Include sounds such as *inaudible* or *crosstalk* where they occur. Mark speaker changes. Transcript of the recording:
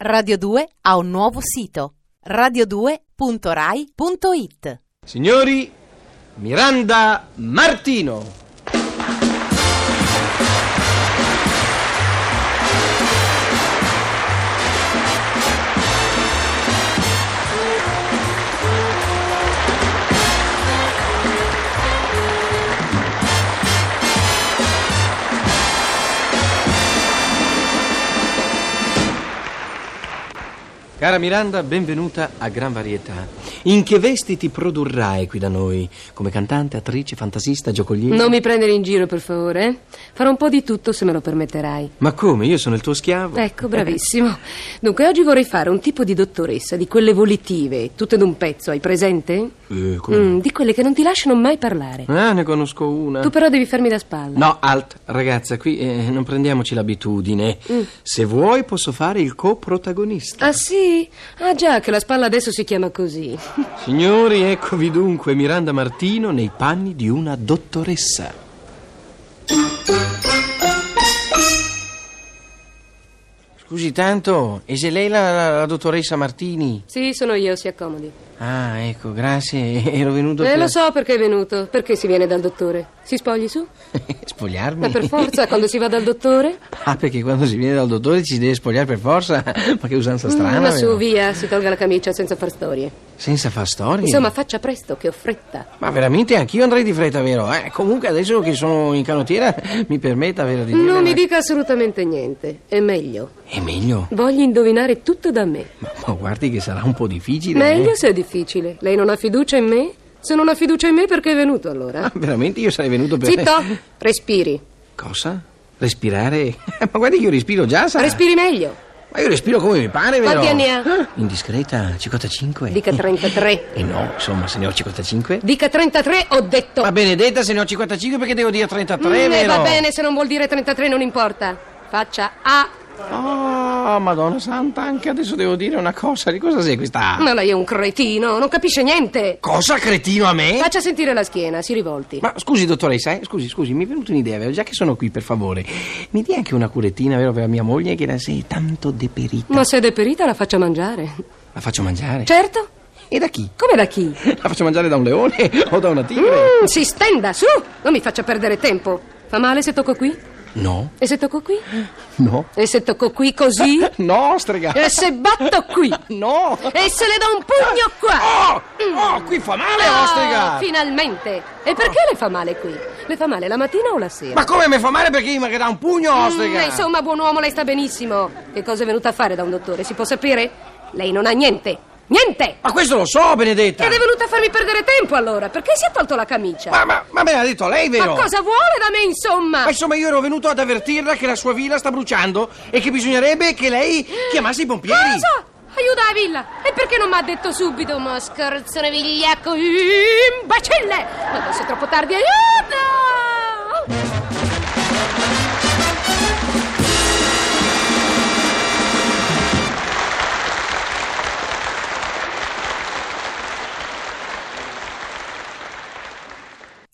Speaker 1: Radio 2 ha un nuovo sito radio2.rai.it
Speaker 2: Signori, Miranda Martino. Cara Miranda, benvenuta a Gran Varietà. In che vesti ti produrrai qui da noi? Come cantante, attrice, fantasista, giocoliere?
Speaker 3: Non mi prendere in giro, per favore. eh? Farò un po' di tutto se me lo permetterai.
Speaker 2: Ma come? Io sono il tuo schiavo?
Speaker 3: Ecco, bravissimo. *laughs* Dunque, oggi vorrei fare un tipo di dottoressa, di quelle volitive, tutte d'un pezzo, hai presente?
Speaker 2: Eh, come?
Speaker 3: Mm, di quelle che non ti lasciano mai parlare.
Speaker 2: Ah, ne conosco una.
Speaker 3: Tu però devi farmi da spalla.
Speaker 2: No, alt, ragazza, qui eh, non prendiamoci l'abitudine.
Speaker 3: Mm.
Speaker 2: Se vuoi posso fare il coprotagonista.
Speaker 3: Ah sì? Ah già, che la spalla adesso si
Speaker 2: *laughs*
Speaker 3: chiama così.
Speaker 2: Signori, eccovi dunque Miranda Martino nei panni di una dottoressa. Scusi tanto, e se lei la, la- la dottoressa Martini?
Speaker 3: Sì, sono io, si accomodi.
Speaker 2: Ah, ecco, grazie, *laughs* ero venuto
Speaker 3: Eh,
Speaker 2: per...
Speaker 3: lo so perché è venuto. Perché si viene dal dottore? Si spogli su?
Speaker 2: Spogliarmi?
Speaker 3: Ma Eh, per forza, quando si va dal dottore?
Speaker 2: *laughs* Ah, perché quando si viene dal dottore ci si deve spogliare per forza? *laughs* Ma che usanza strana.
Speaker 3: Mm, Ma su,
Speaker 2: vero?
Speaker 3: via, si tolga la camicia senza far storie.
Speaker 2: Senza far storie.
Speaker 3: Insomma, faccia presto, che ho fretta.
Speaker 2: Ma veramente anch'io andrei di fretta, vero? Eh, comunque adesso che sono in canottiera *laughs* mi permetta, vero, di dire...
Speaker 3: Non mi dica assolutamente niente, è meglio.
Speaker 2: È meglio.
Speaker 3: Voglio indovinare tutto da me.
Speaker 2: Ma, ma guardi che sarà un po' difficile.
Speaker 3: Meglio
Speaker 2: eh.
Speaker 3: se è difficile. Lei non ha fiducia in me? Se non ha fiducia in me, perché è venuto allora?
Speaker 2: Ah, veramente io sarei venuto per...
Speaker 3: Zitto, respiri.
Speaker 2: Cosa? Respirare? *laughs* ma guardi che io respiro già, sa?
Speaker 3: Respiri meglio.
Speaker 2: Ma io respiro come mi pare, vero?
Speaker 3: Quanti anni ha?
Speaker 2: Ah, Indiscreta, 55.
Speaker 3: Dica 33.
Speaker 2: E no, insomma, se ne ho 55...
Speaker 3: Dica 33, ho detto.
Speaker 2: Ma benedetta, se ne ho 55 perché devo dire 33,
Speaker 3: Mm, eh,
Speaker 2: vero?
Speaker 3: va bene, se non vuol dire 33 non importa. Faccia A.
Speaker 2: Ah. Oh, madonna santa, anche adesso devo dire una cosa. Di cosa sei questa?
Speaker 3: Ma lei è un cretino, non capisce niente.
Speaker 2: Cosa cretino a me?
Speaker 3: Faccia sentire la schiena, si rivolti.
Speaker 2: Ma scusi, dottoressa, eh, scusi, scusi, mi è venuta un'idea, vero? Già che sono qui, per favore, mi dia anche una curettina, vero, per la mia moglie che la sei tanto deperita.
Speaker 3: Ma se è deperita la faccia mangiare.
Speaker 2: La faccio mangiare?
Speaker 3: Certo.
Speaker 2: E da chi?
Speaker 3: Come da chi?
Speaker 2: La faccio mangiare da un leone o da una tigre?
Speaker 3: Mm, si stenda, su! Non mi faccia perdere tempo. Fa male se tocco qui?
Speaker 2: No,
Speaker 3: E se tocco qui?
Speaker 2: no,
Speaker 3: E se tocco
Speaker 2: *laughs*
Speaker 3: qui così?
Speaker 2: no, strega.
Speaker 3: E se batto qui?
Speaker 2: No!
Speaker 3: E se le do un Eh, pugno qua?
Speaker 2: Oh, oh, qui fa male,
Speaker 3: Oh,
Speaker 2: oh, strega!
Speaker 3: finalmente! E perché le fa male qui? Le fa male la mattina o la sera?
Speaker 2: Ma come mi fa male perché mi dà un pugno, oh, strega?
Speaker 3: Mm, insomma, buon uomo, lei sta benissimo. Che cosa è venuta a fare da un dottore? Si può sapere? Lei non ha niente. Niente!
Speaker 2: Ma questo lo so, Benedetta!
Speaker 3: Ed è venuta a farmi perdere tempo allora? Perché si è tolto la camicia?
Speaker 2: Ma, ma, ma me l'ha detto lei,
Speaker 3: Ma
Speaker 2: vero?
Speaker 3: cosa vuole da me, insomma?
Speaker 2: Ma insomma io ero venuto ad avvertirla che la sua villa sta bruciando e che bisognerebbe che lei chiamasse i pompieri.
Speaker 3: Cosa? Aiuta la villa! E perché non mi ha detto subito? Ma scherzone vigliacco, imbecille! Ma adesso è troppo tardi, aiuto!